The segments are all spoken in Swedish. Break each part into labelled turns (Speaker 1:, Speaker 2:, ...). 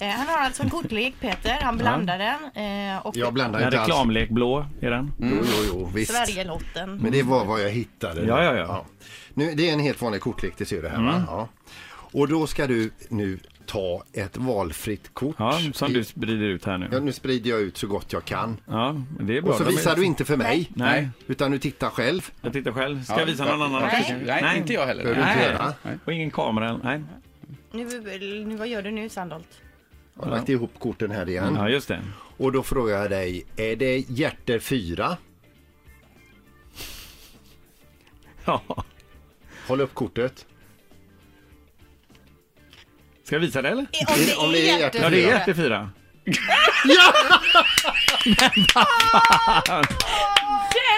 Speaker 1: Eh, Han har alltså en kortlek Peter, han blandar den eh, och
Speaker 2: Jag blandar
Speaker 3: En
Speaker 2: inte alls.
Speaker 3: reklamlek blå är den.
Speaker 2: Jo, jo, jo, visst.
Speaker 1: Sverigelotten.
Speaker 2: Men det var vad jag hittade.
Speaker 3: Ja,
Speaker 2: där.
Speaker 3: ja, Mm. ja.
Speaker 2: Nu, det är en helt vanlig kortlek, det ser du här va? Ja. Och då ska du nu ta ett valfritt kort.
Speaker 3: Ja, som
Speaker 2: I-
Speaker 3: du sprider ut här
Speaker 2: Ja,
Speaker 3: nu.
Speaker 2: nu sprider jag ut så gott jag kan.
Speaker 3: Ja, det är bra.
Speaker 2: Och så
Speaker 3: De är-
Speaker 2: visar du inte för mig.
Speaker 3: Nej.
Speaker 2: Utan du tittar själv.
Speaker 3: Jag tittar själv. Ska jag visa någon annan?
Speaker 1: Nej.
Speaker 4: Nej, inte jag heller.
Speaker 2: Behöver du inte göra.
Speaker 3: Nej. Och ingen kamera. Nej.
Speaker 1: Nu, nu, vad gör du nu Sandholt?
Speaker 2: Jag har lagt ihop korten här igen.
Speaker 3: Mm, Ja, just det.
Speaker 2: Och då frågar jag dig, är det hjärter 4?
Speaker 3: Ja.
Speaker 2: Håll upp kortet.
Speaker 3: Ska jag visa det eller?
Speaker 1: Eh, Om det,
Speaker 2: om det är
Speaker 1: hjärtat-
Speaker 3: Ja,
Speaker 2: hjärtat-
Speaker 3: det är hjärtefyra.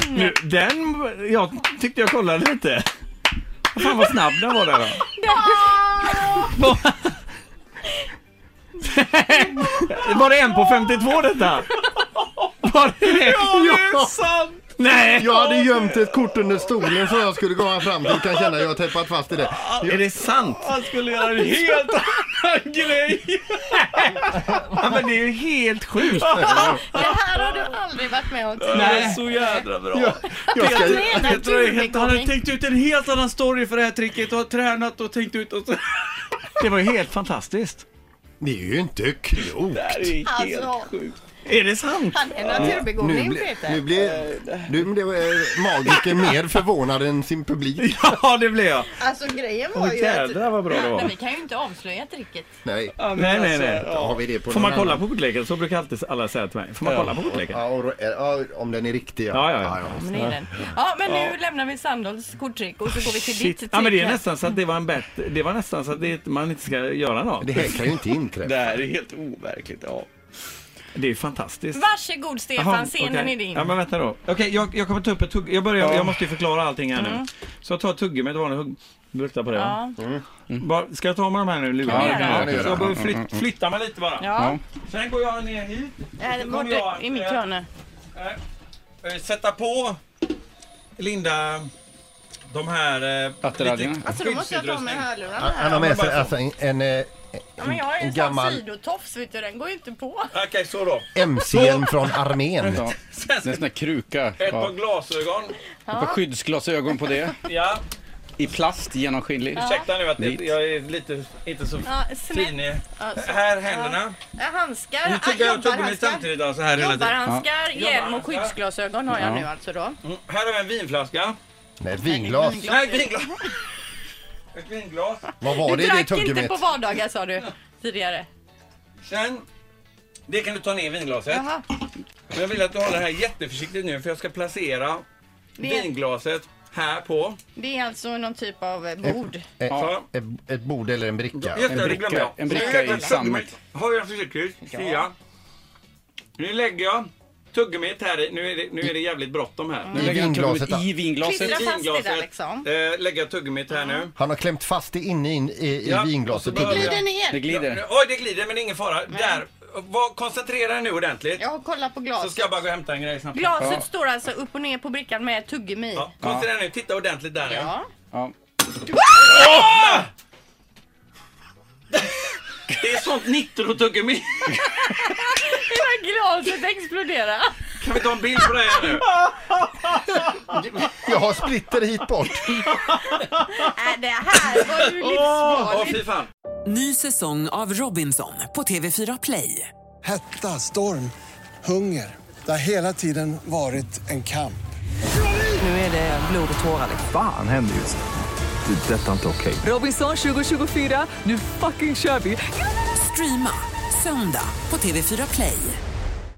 Speaker 1: Den!
Speaker 3: Nu, den, jag tyckte jag kollade lite. Vad Fan vad snabb den var där då. Vad- Var det en på 52 detta? Var det det? Ja, Nej!
Speaker 2: Jag hade gömt ett kort under stolen så jag skulle komma fram till. Kan känna att jag har tejpat fast i det.
Speaker 3: Är det sant? Han skulle göra en helt annan grej! ja, men det är ju helt sjukt!
Speaker 1: Det här har du aldrig varit med om tidigare.
Speaker 3: Nej. Så jädra bra!
Speaker 2: Jag ska,
Speaker 1: Jag tror det är helt-
Speaker 3: han hade tänkt ut en helt annan story för det här tricket och tränat och tänkt ut och så. Det var ju helt fantastiskt!
Speaker 2: det är ju inte klokt.
Speaker 1: Alltså,
Speaker 3: Är det sant?
Speaker 1: han är en
Speaker 2: Nu,
Speaker 1: naturbegåvning
Speaker 2: ble,
Speaker 1: Peter.
Speaker 2: nu blev nu blev eh, magiker mer förvånad än sin publik.
Speaker 3: Ja, det blev jag!
Speaker 1: Alltså grejen var
Speaker 3: Åh
Speaker 1: ju att...
Speaker 3: jädrar vad bra det var! Alltså,
Speaker 1: Men vi kan ju inte avslöja tricket.
Speaker 2: Nej,
Speaker 3: Nej, nej, nej.
Speaker 2: då har vi det på
Speaker 3: Får
Speaker 2: någon
Speaker 3: man kolla
Speaker 2: annan.
Speaker 3: på kortleken? Så brukar alltid alla säga till mig. Får man kolla på kortleken?
Speaker 2: Ja, och, eh, ja, om den är riktig.
Speaker 3: Ja, ja, ja.
Speaker 1: Men det är den. Ja, men nu lämnar vi Sandholts korttrick och så går vi till ditt
Speaker 3: Shit.
Speaker 1: trick.
Speaker 3: Ja, men det är
Speaker 1: här.
Speaker 3: nästan så att det var en bett. Det var nästan så att det, man inte ska göra något.
Speaker 2: Det här kan ju inte inträffa.
Speaker 4: här är helt overkligt. Ja.
Speaker 3: Det är ju fantastiskt.
Speaker 1: Varsågod Stefan,
Speaker 3: Jaha,
Speaker 1: scenen
Speaker 3: okej.
Speaker 1: är din.
Speaker 3: Ja, men vänta då. Okej, jag, jag kommer ta upp ett tugg... Jag, börjar, jag måste ju förklara allting här
Speaker 1: Mm.
Speaker 3: nu. Så jag tar ett tuggummi, ett vanligt hugg... Lukta på det va? Mm.
Speaker 1: Ja.
Speaker 3: Bara- Ska jag ta med de här nu, lurarna?
Speaker 1: Kan du göra? Mm,
Speaker 4: Ja, det kan du
Speaker 3: Så
Speaker 4: göra.
Speaker 3: jag behöver flyt, flytta mig lite bara.
Speaker 1: Ja,
Speaker 3: Sen går jag ner hit,
Speaker 1: Äh,
Speaker 3: Då kommer
Speaker 1: borta
Speaker 3: jag.
Speaker 1: i mitt hörne.
Speaker 3: eh, sätta på Linda de här... eh,
Speaker 4: Attiraljerna.
Speaker 3: lite
Speaker 1: Alltså då måste jag ta med
Speaker 3: skyddsutrustning.
Speaker 1: hörlurarna här.
Speaker 2: Han har med sig alltså, en, en, eh,
Speaker 1: Ja, men jag har ju en
Speaker 2: en
Speaker 1: sån
Speaker 2: gammal
Speaker 1: sidotofs vet du, den går ju inte på.
Speaker 3: Okej, så då.
Speaker 2: MCN från armén.
Speaker 4: Ja. Det är en sån här kruka.
Speaker 3: Ett par
Speaker 4: Ja.
Speaker 3: glasögon.
Speaker 4: Ett par skyddsglasögon på det.
Speaker 3: Ja,
Speaker 4: I plast, genomskinlig.
Speaker 3: ursäkta nu att
Speaker 4: Vitt.
Speaker 3: det, jag är lite, inte så
Speaker 1: Ja,
Speaker 3: fin i...
Speaker 1: snett. Alltså,
Speaker 3: Här, händerna.
Speaker 1: ja, handskar,
Speaker 3: Nu tuggar
Speaker 1: ah,
Speaker 3: jag tuggummit
Speaker 1: jobbarhandskar.
Speaker 3: samtidigt alltså här hela tiden.
Speaker 1: Jobbarhandskar, hjälm och
Speaker 3: Jobbarhandskar.
Speaker 1: skyddsglasögon har jag
Speaker 4: Ja.
Speaker 1: nu alltså då.
Speaker 3: Mm, Här har vi en vinflaska.
Speaker 2: Nej, ett vinglas.
Speaker 3: Nej, ett vinglas! Ett vinglas.
Speaker 2: Vad var det i
Speaker 1: du
Speaker 2: det
Speaker 1: drack inte
Speaker 2: tuggummit?
Speaker 1: på vardagar sa du tidigare.
Speaker 3: Sen, det kan du ta ner vinglaset.
Speaker 1: Jaha.
Speaker 3: Men jag vill att du håller det här jätteförsiktigt nu för jag ska placera
Speaker 1: Det-
Speaker 3: vinglaset här på.
Speaker 1: Det är alltså någon typ av eh, bord.
Speaker 2: Eh,
Speaker 3: Ja.
Speaker 2: Ett, ett bord eller en bricka?
Speaker 3: Just det, det
Speaker 4: bricka-
Speaker 3: glömde jag.
Speaker 4: en bricka
Speaker 3: Så jag
Speaker 4: i
Speaker 3: lägger
Speaker 4: sammet.
Speaker 3: tuggummit. Har jag försiktigt, sia. Nu lägger jag tuggummit här i. Nu är det, nu är det jävligt bråttom här.
Speaker 4: Nu
Speaker 2: I
Speaker 4: lägger jag
Speaker 2: vinglaset,
Speaker 4: tuggummin I vinglaset.
Speaker 1: Klistra Mm. fast det där
Speaker 3: Vinglaset.
Speaker 1: liksom.
Speaker 3: Eh, lägger jag tuggummit här nu.
Speaker 2: Han har klämt fast det inne i, i
Speaker 3: Ja, och så
Speaker 2: vinglaset.
Speaker 3: behöver
Speaker 2: tuggummit.
Speaker 1: Glider ner.
Speaker 4: Det
Speaker 3: Nu,
Speaker 4: glider.
Speaker 3: oj, det glider men det är ingen fara. Där. Var, koncentrera dig nu ordentligt.
Speaker 1: Jag har kollat på
Speaker 3: Så
Speaker 1: glaset.
Speaker 3: ska jag bara gå och hämta en grej snabbt.
Speaker 1: Glaset står alltså upp och ner på brickan med tuggummi.
Speaker 3: Ja, koncentrera dig nu. Titta ordentligt där. ja.
Speaker 1: Ja.
Speaker 4: Ja.
Speaker 3: Det är sånt nitrotuggummi.
Speaker 1: Hela glaset exploderar.
Speaker 3: Kan vi ta en bild på det här nu?
Speaker 2: Jag har splitter hit bort.
Speaker 1: Äh, det här var ju
Speaker 3: Åh,
Speaker 1: livsfarligt.
Speaker 3: fy fan.
Speaker 5: Ny säsong av Robinson på TV4 Play.
Speaker 6: Hetta, storm, hunger. Det har hela tiden varit en kamp.
Speaker 5: Nu är det blod och tårar.
Speaker 7: Fan händer just nu. Det. är Detta är inte okej.
Speaker 5: Robinson liksom. 2024, nu fucking kör vi! Streama söndag på TV4 Play.